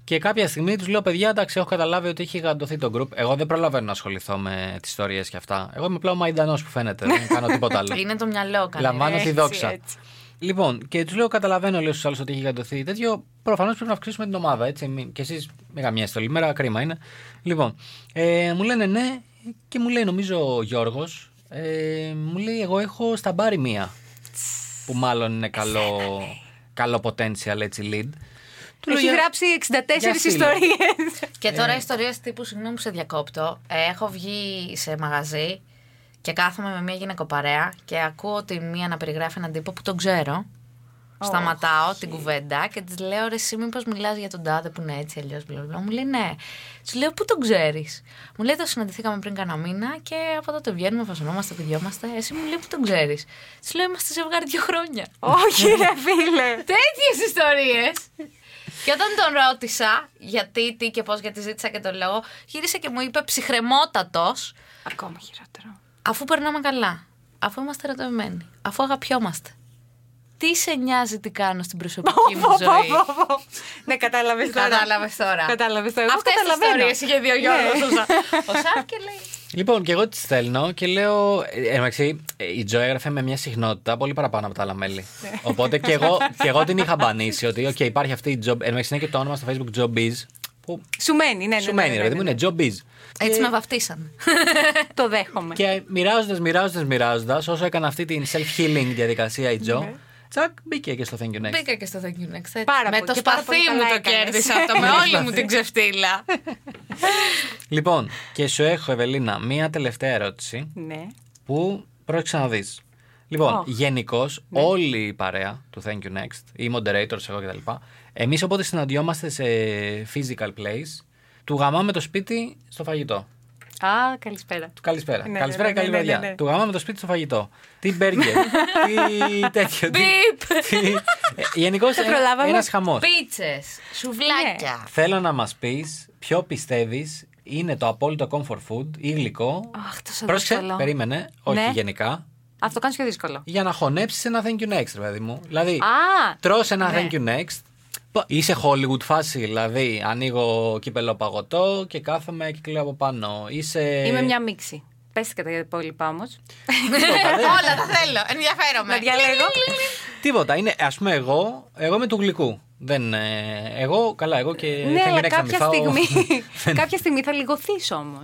και κάποια στιγμή τους λέω, παιδιά, εντάξει, έχω καταλάβει ότι έχει γαντωθεί το group. Εγώ δεν προλαβαίνω να ασχοληθώ με τις ιστορίες και αυτά. Εγώ είμαι απλά ο μαϊντανός που φαίνεται. δεν κάνω τίποτα άλλο.
Είναι το μυαλό κανένα.
Λαμβάνω τη δόξα.
έτσι.
Λοιπόν, και τους λέω: Καταλαβαίνω, λέω στους άλλους ότι έχει γαντωθεί τέτοιο. Προφανώς πρέπει να αυξήσουμε την ομάδα, έτσι. μη- Και εσείς με καμιά στολή, μέρα, κρίμα είναι. Λοιπόν, ε, μου λένε ναι, και μου λέει νομίζω ο Γιώργος, ε, μου λέει: Εγώ έχω στα μπάρι μία. Που μάλλον είναι καλό, καλό potential, έτσι, lead. Του λέω,
Έχει
«Για-
γράψει 64
Για φίλο.
ιστορίες.
Και τώρα ιστορίες τύπου, συγγνώμη που σε διακόπτω. Ε, Έχω βγει σε μαγαζί και κάθομαι με μια γυναικοπαρέα και ακούω τη μία να περιγράφει έναν τύπο που τον ξέρω. Σταματάω την κουβέντα και της λέω: Ρε, εσύ, μήπως μιλάς για τον τάδε που είναι έτσι, αλλιώς μπλα μπλα». Μου λέει ναι. Της λέω: Πού τον ξέρεις. Μου λέει: Το συναντηθήκαμε πριν κανένα μήνα και από τότε βγαίνουμε, φασωνόμαστε, πηδιόμαστε. Εσύ μου λέει: Πού τον ξέρεις. Της λέω: Είμαστε ζευγάρι δύο χρόνια.
Όχι, ρε φίλε.
Τέτοιες ιστορίες. και όταν τον ρώτησα γιατί, τι και πώς, γιατί ζήτησα και τον λόγο, γύρισε και μου είπε ψυχρεμότατος,
Ακόμα χειρότερο.
αφού περνάμε καλά. Αφού είμαστε ερωτευμένοι. Αφού αγαπιόμαστε. Τι σε νοιάζει τι κάνω στην προσωπική μου ζωή.
Ναι, κατάλαβες τώρα.
Κατάλαβες τώρα.
Κατάλαβες τώρα. Εγώ
Αυτές τις
καταλαβαίνω.
ιστορίες είχε δύο Γιώργο.
Ναι.
Ο Σάρ και λέει.
Λοιπόν, και εγώ τις στέλνω και λέω. ε, Εν τω μεταξύ, ε, η Τζο έγραφε με μια συχνότητα πολύ παραπάνω από τα άλλα μέλη.
Ναι.
Οπότε και εγώ, και εγώ την είχα μπανίσει ότι okay, υπάρχει αυτή η Τζο. Εν τω μεταξύ, είναι και το όνομα στο Facebook Joe Biz. Που
Σου μένει, ναι, ναι.
σου
ναι,
μένει,
ναι,
ρε,
ναι,
δεν μου
ναι.
είναι Joe Biz.
Έτσι με βαφτίσαν.
Το δέχομαι.
Και μοιράζοντας, μοιράζοντας, μοιράζοντας, όσο έκανε αυτή την self-healing διαδικασία η
Ναι.
Τζο, τσακ μπήκε και στο Thank you next.
Μπήκα και στο Thank you next. έτσι.
Πάρα
με
πολύ-
το
και πάρα πολύ
σπαθί μου
καλά
το
έκανες. Ναι.
κέρδισα αυτό, με όλη μου την ξεφτύλα.
Λοιπόν, και σου έχω, Ευελίνα, μία τελευταία ερώτηση.
Ναι.
που πρόκειται να δει. Λοιπόν,
Oh.
γενικώ όλη η παρέα του Thank you Next, οι moderators, εγώ κτλ. Εμείς όποτε συναντιόμαστε σε physical place, του γαμάμε το σπίτι στο φαγητό.
Α, καλησπέρα.
Του καλησπέρα.
Ναι, ναι,
καλησπέρα,
ναι, ναι,
καλή
ναι, ναι,
βραδιά.
ναι.
Του γαμάμε το σπίτι στο φαγητό. Τι μπέργκερ. τι τέτοιο. τι- τι- Ε, Γενικώ
προλάβαμε.
ένας χαμός.
Πίτσες, σουβλάκια.
Θέλω να μας πεις ποιο πιστεύεις είναι το απόλυτο comfort food ή γλυκό.
Αχ, τόσο
Πρόσεξε,
δύσκολο.
περίμενε. Όχι
Ναι.
γενικά.
Αυτό κάνεις πιο δύσκολο.
για να χωνέψεις ένα thank you next, ρε παιδί μου. Δηλαδή,
Α, ναι.
τρως ένα thank you next. πα- Είσαι Hollywood φάση, δηλαδή ανοίγω κύπελο παγωτό και κάθομαι και κλαίω από πάνω. Είσαι.
είμαι μια μίξη. Πες και τα υπόλοιπα όμως.
τίποτα, δεν-
Όλα τα θέλω. Ενδιαφέρομαι.
Να διαλέγω.
Τίποτα. Είναι, ας πούμε, εγώ, εγώ είμαι του γλυκού. Δεν, ε, εγώ, καλά, εγώ και
Ναι,
thank you
αλλά
next θα
κάποια
μυθάω.
στιγμή. Κάποια στιγμή θα λιγοθεί όμω.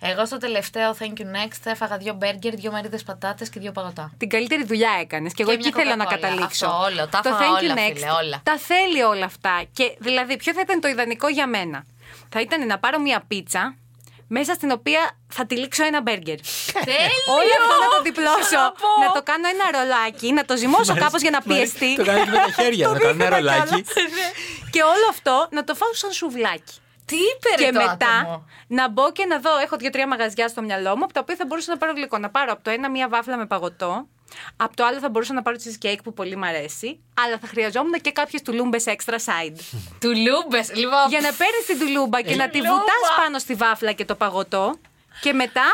Εγώ στο τελευταίο Thank you Next έφαγα δύο μπέργκερ, δύο μερίδες πατάτες και δύο παγωτά.
Την καλύτερη δουλειά έκανες. Και εγώ
Και
εκεί
μια
ήθελα να
Coca-Cola.
καταλήξω.
Αυτό όλο. Τα
το
έφαγα
thank you
όλα,
next.
φίλε, όλα.
Τα θέλει όλα αυτά. Και δηλαδή, ποιο θα ήταν το ιδανικό για μένα. Θα ήταν να πάρω μια πίτσα μέσα στην οποία θα τυλίξω ένα μπέργκερ.
Τέλειο!
Όλο αυτό να το διπλώσω.
Ξαναπώ.
να το κάνω ένα ρολάκι, να το ζυμώσω κάπως για να πιεστεί.
Το κάνεις με τα χέρια, να κάνει ένα
δίχτυα
ρολάκι.
κιόλας. και όλο αυτό να το φάω σαν σουβλάκι.
Τι είπε
και
ρε, το
μετά
άτομο.
να μπω και να δω. Έχω δύο-τρία μαγαζιά στο μυαλό μου από τα οποία θα μπορούσα να πάρω γλυκό. Να πάρω από το ένα μία βάφλα με παγωτό. Από το άλλο θα μπορούσα να πάρω cheesecake που πολύ μ' αρέσει. Αλλά θα χρειαζόμουν και κάποιες τουλούμπες extra side.
Του λούμπε. Λοιπόν,
για να παίρνεις την τουλούμπα και να τη
Τουλούμπα.
βουτάς πάνω στη βάφλα και το παγωτό. Και μετά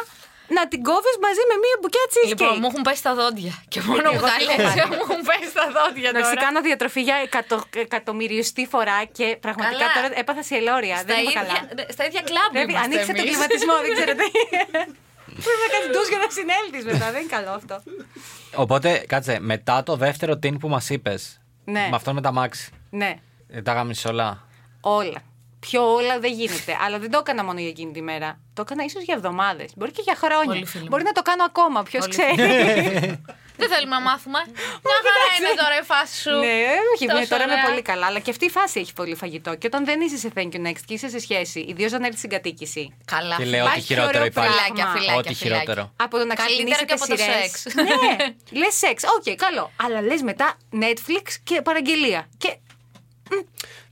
να την κόβεις μαζί με μία μπουκιά cheesecake.
λοιπόν, μου έχουν πέσει τα δόντια. Και μόνο που
Εγώ
τα
τι
λες,
κάνω.
μου έχουν πέσει τα δόντια
Εντάξει,
τώρα.
κάνω διατροφή για εκατο, εκατομμυριωστή φορά και πραγματικά
Καλά.
τώρα έπαθα σιελόρια.
Στα
Δεν είμαι
ίδια,
καλά.
στα ίδια κλαμπ
Πρέπει,
είμαστε
ανοίξτε τον
εμείς.
κλιματισμό, δεν ξέρω τι. Πρέπει να κάνεις ντους για να συνέλθεις μετά. Δεν είναι καλό αυτό.
Οπότε, κάτσε, μετά το δεύτερο τιν που μας είπες.
Ναι.
Με αυτόν με τα μάξι.
Ναι,
Ε, Τα γάμισε όλα.
όλα. Πιο όλα δεν γίνεται. Αλλά δεν το έκανα μόνο για εκείνη τη μέρα. Το έκανα ίσως για εβδομάδες. Μπορεί και για χρόνια.
Πολύ φίλοι μου.
Μπορεί να το κάνω ακόμα. Ποιος
Πολύ
ξέρει.
Δεν θέλουμε να μάθουμε. Μια χαρά είναι τώρα η φάση σου.
ναι, όχι.
Τόσο
ναι, τώρα είμαι
ωραία.
πολύ καλά. Αλλά και αυτή η φάση έχει πολύ φαγητό. Και όταν δεν είσαι σε thank you next και είσαι σε σχέση, ιδίως αν έρθει στην κατοίκηση.
Καλά.
Και λέω ότι
υπάρχει
χειρότερο
ωραίο
υπάρχει.
πράγμα.
Φυλάκια, φυλάκια.
Ό,τι
φυλάκια.
χειρότερο.
Από το να
Καλύτερα
ξεκινήσετε
και από το
σειρές.
σεξ.
ναι, λες σεξ. Οκ, καλό. Αλλά λες μετά Netflix και παραγγελία. Και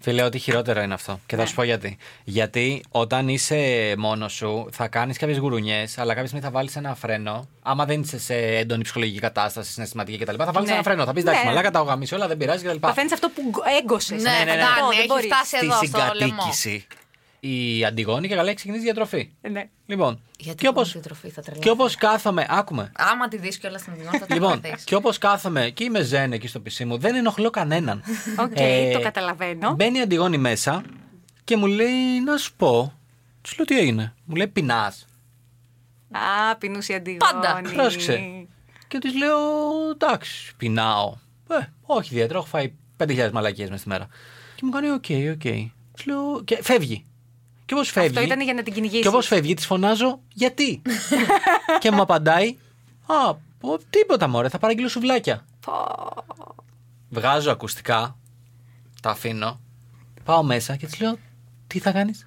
Φίλε, ό,τι χειρότερο είναι αυτό. Και θα σου πω γιατί. Γιατί όταν είσαι μόνος σου, θα κάνεις κάποιες γουρουνιές, αλλά κάποια στιγμή θα βάλεις ένα φρένο. Άμα δεν είσαι σε έντονη ψυχολογική κατάσταση, συναισθηματική κτλ. Θα βάλεις
Ναι.
ένα φρένο. Θα πεις εντάξει,
Ναι.
μαλάκα τα έχω γαμίσει όλα, δεν πειράζει κτλ.
παθαίνει αυτό που έγκωσε.
Ναι, ναι, ναι. Φτάνει, έχει φτάσει
Στη
εδώ στο λαιμό.
συγκατοίκηση, η Αντιγόνη και καλά έχει ξεκινήσει διατροφή.
Ναι.
Λοιπόν,
Γιατί
και
δεν
όπω
τη τροφή θα τρελαθώ.
και όπως κάθομαι. Άκουμε.
Άμα τη δεις κιόλας στην δικό θα τα
Λοιπόν,
τρελαθείς.
και όπως κάθομαι και είμαι ζεν εκεί στο πισί μου, δεν ενοχλώ κανέναν.
Οκ,
Ε,
το καταλαβαίνω.
Μπαίνει η Αντιγόνη μέσα και μου λέει να σου πω. Του λέω τι έγινε. Μου λέει πεινάς.
Α, πεινούσε η Αντιγόνη.
Πάντα.
Πρόσεξε. Και της λέω εντάξει, πεινάω. Ε, όχι ιδιαίτερα, έχω φάει 5.000 μαλακίε μέσα στη μέρα. Και μου κάνει οκ, οκ. Της λέω και φεύγει. Και όπως φεύγει.
Αυτό ήταν για να την κυνηγήσεις.
Και όπως φεύγει, της φωνάζω γιατί. και μου απαντάει, Α, πω, τίποτα μωρέ, θα παραγγείλω σουβλάκια. Βγάζω ακουστικά, τα αφήνω, πάω μέσα και της λέω, Τι θα κάνεις.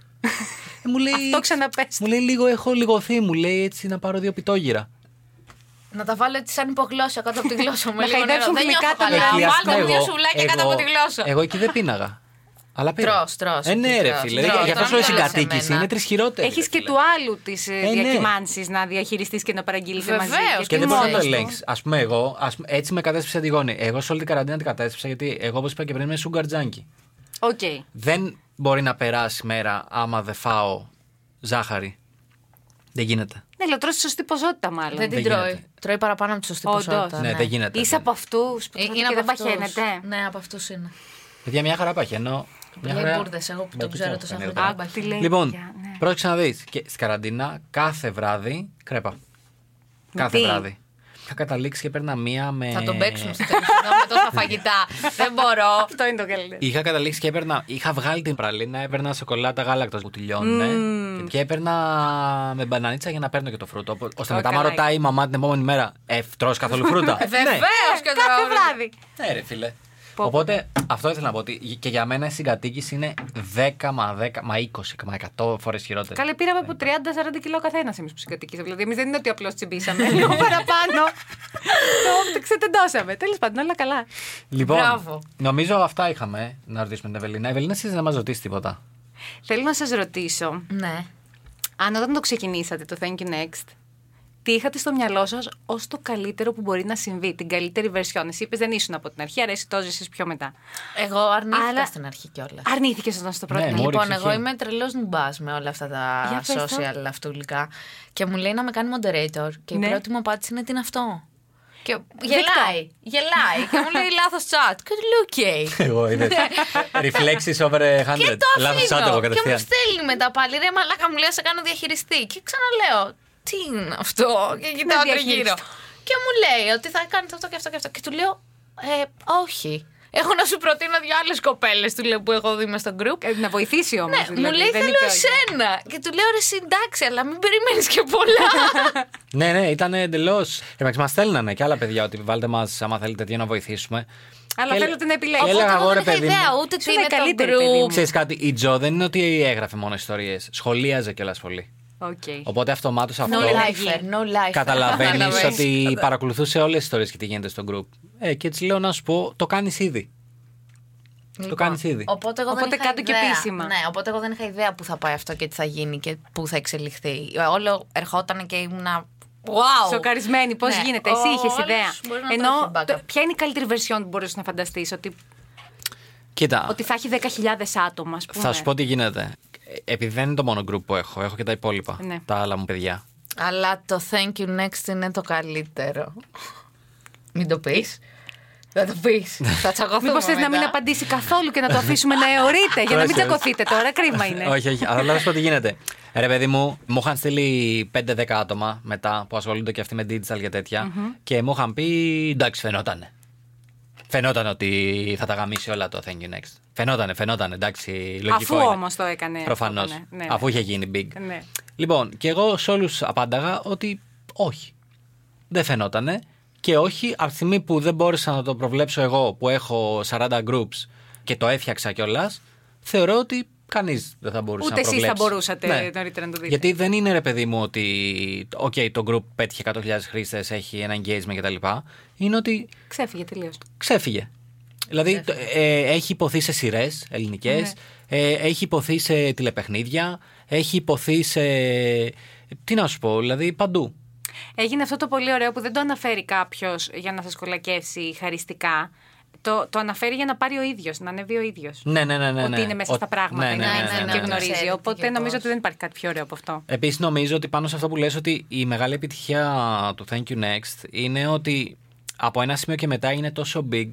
μου λέει,
Αυτό ξαναπες.
Μου λέει λίγο, έχω λιγοθεί, μου λέει έτσι να πάρω δύο πιτόγυρα.
Να τα βάλω έτσι σαν υπογλώσσα κάτω από τη γλώσσα μου.
Να
λίγο νερό.
χαϊδέψουν
Δεν νιώθω
γλυκά τα
καλά.
λεφτά.
Εκλιαστικά
Βάλτε μου δύο
εγώ-
σουβλάκια κάτω
εγώ-
από τη γλώσσα.
Εγώ εκεί δεν πίναγα. Αλλά πήρα.
Τρως, τρως.
Ε, ναι, ρε
Τρως,
φίλε.
τρως.
Γι' αυτό
Τώρα
σου λέω
μην το λες
συγκατοίκηση.
εμένα.
Είναι τρει χειρότερε.
Έχει και του άλλου τις ε,
Ε, ναι.
διακυμάνσεις να διαχειριστείς και να παραγγείλεις μαζί.
Βεβαίως,
Γιατί
Και δεν μπορεί να το
μόνος του.
ελέγξεις. Ας πούμε, εγώ ας, πούμε, έτσι με κατέστρεψε αντιγόνη. Εγώ σε όλη την καραντίνα την κατέστρεψα γιατί εγώ, όπως είπα και πριν, είμαι sugar junkie.
Οκ.
Δεν μπορεί να περάσει μέρα άμα δεν φάω ζάχαρη. Δεν γίνεται.
Ναι, αλλά τρώσει σωστή ποσότητα μάλλον.
Δεν την
Δεν
τρώει.
γίνεται.
Τρώει παραπάνω από τη σωστή
Όντως.
ποσότητα.
Ναι, δεν γίνεται.
Είσαι από αυτούς που
Ε,
τρώτε
Είναι από
και δεν
αυτούς.
παχαίνεται.
Ναι, από αυτούς είναι.
Παιδιά, μια χαρά παχαίνω. Μια
Λέει
χαρά.
μπουρδες, εγώ που το
Μα,
ξέρω
τι
τόσα
κάνω,
χρόνια.
παιδιά.
δεν
Άκου τι λέει.
Λοιπόν,
παιδιά, ναι.
πρόσεξε να δει. Και στην καραντίνα κάθε βράδυ κρέπα. Κάθε
τι?
βράδυ. Θα καταλήξει και παίρνα μία με.
Θα τον παίξουμε στο τέλος εδώ με τόσα φαγητά. Δεν μπορώ.
Αυτό είναι το καλύτερο.
Είχα καταλήξει και έπαιρνα. Είχα βγάλει την πραλίνα, έπαιρνα σοκολάτα γάλακτο που τυλιώνουνε. Και- Και έπαιρνα με μπανανίτσα για να παίρνω και το φρούτο. οπο- Ώστε
Ω,
μετά, άμα
καλά.
ρωτάει η μαμά την επόμενη μέρα, Ε, τρως καθόλου φρούτα. Ε, ναι.
Βεβαίω και
Κάθε
το.
βράδυ.
Ναι, ρε φίλε. Οπότε αυτό ήθελα να πω ότι και για μένα η συγκατοίκηση είναι 10 μα 10 μα 20 μα 100 φορές χειρότερη.
Καλέ, πήραμε από 30-40 κιλό καθένας εμείς που συγκατοικήσαμε. Δηλαδή, εμείς δεν είναι ότι απλώς τσιμπήσαμε. Λίγο παραπάνω. Το- Το ξετεντώσαμε. Τέλος πάντων, όλα καλά.
Λοιπόν,
Μπράβο.
νομίζω αυτά είχαμε ε, να ρωτήσουμε την Ευελίνα. Ευελίνα, εσεί δεν μας ρωτήσεις τίποτα.
Θέλω να σας ρωτήσω,
Ναι.
αν όταν το ξεκινήσατε το Thank you Next, τι είχατε στο μυαλό σας ως το καλύτερο που μπορεί να συμβεί, την καλύτερη version. Εσύ είπες δεν ήσουν από την αρχή, άρα εσύ το ζήσει πιο μετά.
Εγώ αρνήθηκα
Αλλά-
στην αρχή κιόλας.
Αρνήθηκες όταν στο πρώτο.
Ε. Ναι,
Ναι,
μου
Λοιπόν,
ρίξε
εγώ
χέρι.
είμαι τρελός νουμπά με όλα αυτά τα
Για πες το.
social αυτούλικα. Και μου λέει να με κάνει moderator. Και
Ναι.
η πρώτη μου απάντηση είναι τι είναι αυτό. Και γελάει. Γελάει. και μου λέει λάθος chat. Και του λέω οκ.
Εγώ είναι. Reflexes over 100.
Ναι. Και το
Λάθος άτομο
αφήνω. Και μου
κατευθείαν.
στέλνει μετά πάλι. Ρε μαλάκα μου λέει «Να σε κάνω διαχειριστή. Και ξαναλέω τι είναι αυτό. Και κοιτάω
διαχειριστώ.
τριγύρω. Και μου λέει ότι θα κάνεις αυτό και αυτό και αυτό. Και του λέω ε, όχι. Έχω να σου προτείνω δύο άλλες κοπέλες του λέω που έχω δει με στο group.
Ε, να βοηθήσει δηλαδή, όμως.
Ναι, μου λέει θέλω εσένα. Και του λέω ρε συντάξει, αλλά μην περιμένεις και πολλά.
Ναι, ναι, ήταν εντελώ. Εντάξει, μας στέλνανε και άλλα παιδιά ότι βάλτε μας άμα θέλετε τι να βοηθήσουμε.
Αλλά
Και
θέλω
έλε-
την επιλέξω.
και έλεγα
Εγώ
εγώ ρε
δεν είχα
παιδί. μου,
ιδέα ούτε τι
Σου είναι
είναι το
καλύτερη, παιδί μου.
group.
Ξέρεις κάτι, η Τζο δεν είναι ότι έγραφε μόνο ιστορίες. Σχολίαζε κιόλας πολύ.
Οκ.
Οπότε αυτομάτως αυτό.
No life, ε, no life.
Καταλαβαίνεις
Καταλαβαίνεις.
ότι παρακολουθούσε όλες τις ιστορίες και τι γίνεται στο group. Ε, και έτσι λέω να σου πω, το κάνεις ήδη. το κάνεις ήδη.
Λοιπόν, Οπότε, εγώ
Οπότε
δεν είχα
κάτω και
ιδέα.
επίσημα.
Ναι, οπότε εγώ δεν είχα ιδέα που θα πάει αυτό και τι θα γίνει και πού θα εξελιχθεί. Όλο ερχόταν και ήμουνα. Wow!
Σοκαρισμένη, πώς
Ναι.
γίνεται.
Ο
Εσύ είχες
άλλος
ιδέα.
μπορεί να το έχει
Ενώ
backup.
το- ποια είναι η καλύτερη version που μπορούσες να φανταστείς, ότι,
Κοίτα.
ότι θα έχει 10.000 άτομα, ας πούμε.
Θα
ναι.
σου πω τι γίνεται. Ε, Επειδή δεν είναι το μόνο group που έχω, έχω και τα υπόλοιπα.
Ναι.
Τα άλλα μου παιδιά.
Αλλά το thank you next είναι το καλύτερο. Μην το πεις. Δεν το πεις. Θα τσακωθούμε.
Μήπως θες Ε. να μην
μετά.
απαντήσει καθόλου και να το αφήσουμε να αιωρείται, για να μην
Όχι, όχι.
τσακωθείτε τώρα. Κρίμα είναι.
όχι, όχι. Αλλά θα σου πω τι γίνεται. Ρε, παιδί μου, μου είχαν στείλει 5-10 άτομα μετά που ασχολούνται και αυτοί με digital και τετοια Και μου είχαν πει εντάξει, φαινότανε. Φαινόταν ότι θα τα γαμίσει όλα το Thank you next. Φαινότανε, φαινότανε, εντάξει, λογικό.
Αφού
είναι.
όμως το έκανε.
Προφανώ.
Ναι, ναι.
Αφού είχε γίνει big.
Ναι.
Λοιπόν, και εγώ σε όλους απάνταγα ότι όχι. Δεν φαινότανε. Και όχι, από τη στιγμή που δεν μπόρεσα να το προβλέψω εγώ που έχω 40 groups και το έφτιαξα κιόλας, θεωρώ ότι κανείς δεν θα μπορούσε
Ούτε
να
εσείς
προβλέψει. Ναι.
θα μπορούσατε νωρίτερα να το δείτε.
Γιατί δεν είναι ρε παιδί μου ότι okay, το group πέτυχε 100.000 χρήστες, έχει ένα engagement κτλ. Είναι ότι
Ξέφυγε τελείως.
ξέφυγε. Δηλαδή το- ε, έχει υποθεί σε σειρές ελληνικές,
Ναι.
ε, έχει υποθεί σε τηλεπαιχνίδια, έχει υποθεί σε. Τι να σου πω, δηλαδή παντού.
Έγινε αυτό το πολύ ωραίο που δεν το αναφέρει κάποιος για να σας κολακεύσει χαριστικά. Το, το αναφέρει για να πάρει ο ίδιος, να ανέβει ο ίδιος.
Ναι, ναι, ναι. ναι, ναι.
Ότι είναι μέσα
Ο-
στα πράγματα
Ναι, ναι, ναι,
είναι
ναι,
ναι,
και
ναι.
γνωρίζει.
Ξέρει τι και
Οπότε
πώς.
νομίζω ότι δεν υπάρχει κάτι πιο ωραίο από αυτό.
Επίσης, νομίζω ότι πάνω σε αυτό που λες ότι η μεγάλη επιτυχία του Thank You Next είναι ότι από ένα σημείο και μετά είναι τόσο big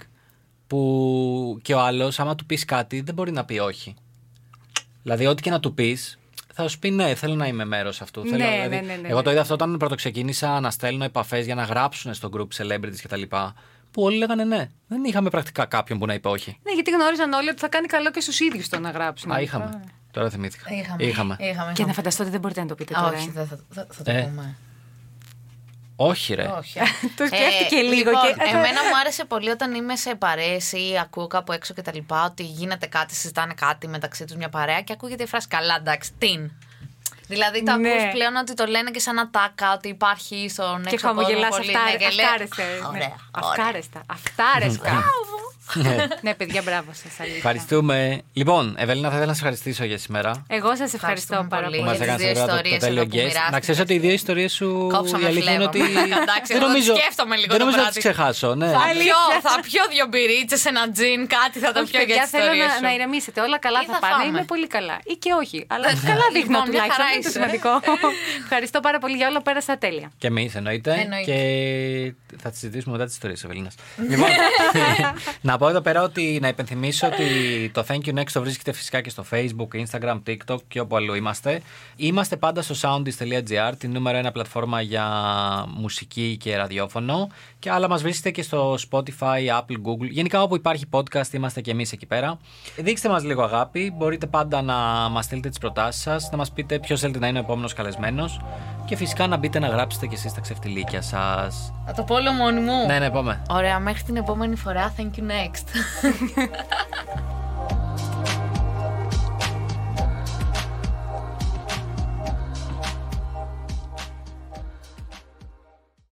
που και ο άλλος, άμα του πεις κάτι, δεν μπορεί να πει όχι. Δηλαδή, ό,τι και να του πεις, θα σου πει ναι, θέλω να είμαι μέρος αυτού. θέλω,
Ναι,
δηλαδή,
ναι, ναι, ναι,
εγώ το
ναι.
είδα αυτό όταν πρώτο ξεκίνησα να στέλνω επαφές για να γράψουν στο group celebrities κτλ. Που όλοι λέγανε ναι. Δεν είχαμε πρακτικά κάποιον που να είπε όχι.
Ναι, γιατί γνώριζαν όλοι ότι θα κάνει καλό και στους ίδιους το να γράψουν.
Α, είχαμε. Τώρα θυμήθηκα.
Είχαμε. Είχαμε.
Και να φανταστώ ότι δεν μπορείτε να το πείτε τώρα.
Όχι,
ε.
δεν θα, δεν θα το
Ε.
πούμε.
Όχι, ρε.
Όχι.
Το σκέφτηκε λίγο
Λοιπόν,
και-
εμένα μου άρεσε πολύ όταν είμαι σε παρέες ή ακούω κάπου έξω και τα λοιπά ότι γίνεται κάτι, συζητάνε κάτι μεταξύ τους μια παρέα και ακούγεται η φράση καλά, εντάξει, την. Δηλαδή το
Ναι.
ακούς πλέον ότι το λένε και σαν ατάκα, ότι υπάρχει στον έξω
Και
κόσμο
χαμογελάς
πολύ, ναι,
αυτά.
και λέει,
Αυτάρεστε.
«Α,
ναι.
Ωραία, ωραία.
Αυτάρεστα. Αυτάρεστα.
Ε,
Ναι, παιδιά, μπράβο σας.
Ευχαριστούμε. Λοιπόν, Ευελίνα, θα ήθελα να σε ευχαριστήσω για σήμερα.
Εγώ σας ευχαριστώ πάρα
πολύ.
πολύ.
Μας
Μας
τις
έκανες
δύο
εδώ το-
ιστορίες
το τέλειο
εδώ που
guest. Να ξέρεις
μοιράστηκες.
ότι οι δύο ιστορίες σου.
Κόψαμε
η αλήθεια είναι
φλέβα
ότι.
μας. Εντάξει, εγώ τις σκέφτομαι λίγο
δεν
το
νομίζω να
βράδυ.
τι ξεχάσω. Ναι.
Θα πιω, θα πιω δύο μπυρίτσες, ένα τζιν, κάτι θα το
Όχι,
πιω για
παιδιά,
τις
θέλω
ιστορίες
να,
σου.
να ηρεμήσετε. Όλα καλά
Ή
θα,
θα
πάνε.
φάμε.
Είμαι πολύ καλά. Ή και όχι. Αλλά καλά δείχνω
Λοιπόν, μια
τουλάχιστον.
χαρά
Είναι το
είσαι.
σημαντικό. Ευχαριστώ πάρα πολύ για όλα. Πέρασα τέλεια.
Και εμείς εννοείται.
Εννοείται.
Και θα τι συζητήσουμε μετά τις ιστορίες Ευελίνας. λοιπόν, να πω εδώ πέρα ότι να υπενθυμίσω ότι το Thank you Next το βρίσκεται φυσικά και στο Facebook, Instagram, TikTok και όπου αλλού είμαστε. Είμαστε πάντα στο soundis.gr, την νούμερο ένα πλατφόρμα για μουσική και ραδιόφωνο. Και άλλα μας βρίσκεται και στο Spotify, Apple, Google. Γενικά όπου υπάρχει podcast είμαστε και εμείς εκεί πέρα. Δείξτε μας λίγο αγάπη. Μπορείτε πάντα να μας στείλετε τις προτάσεις σας, να μας πείτε ποιος θέλετε να είναι ο επόμενος καλεσμένος. Και φυσικά να μπείτε να γράψετε κι εσείς τα ξεφτιλίκια σας.
Θα το πω όλο μόνη μου.
Ναι, ναι, πάμε.
Ωραία, μέχρι την επόμενη φορά. Thank you next.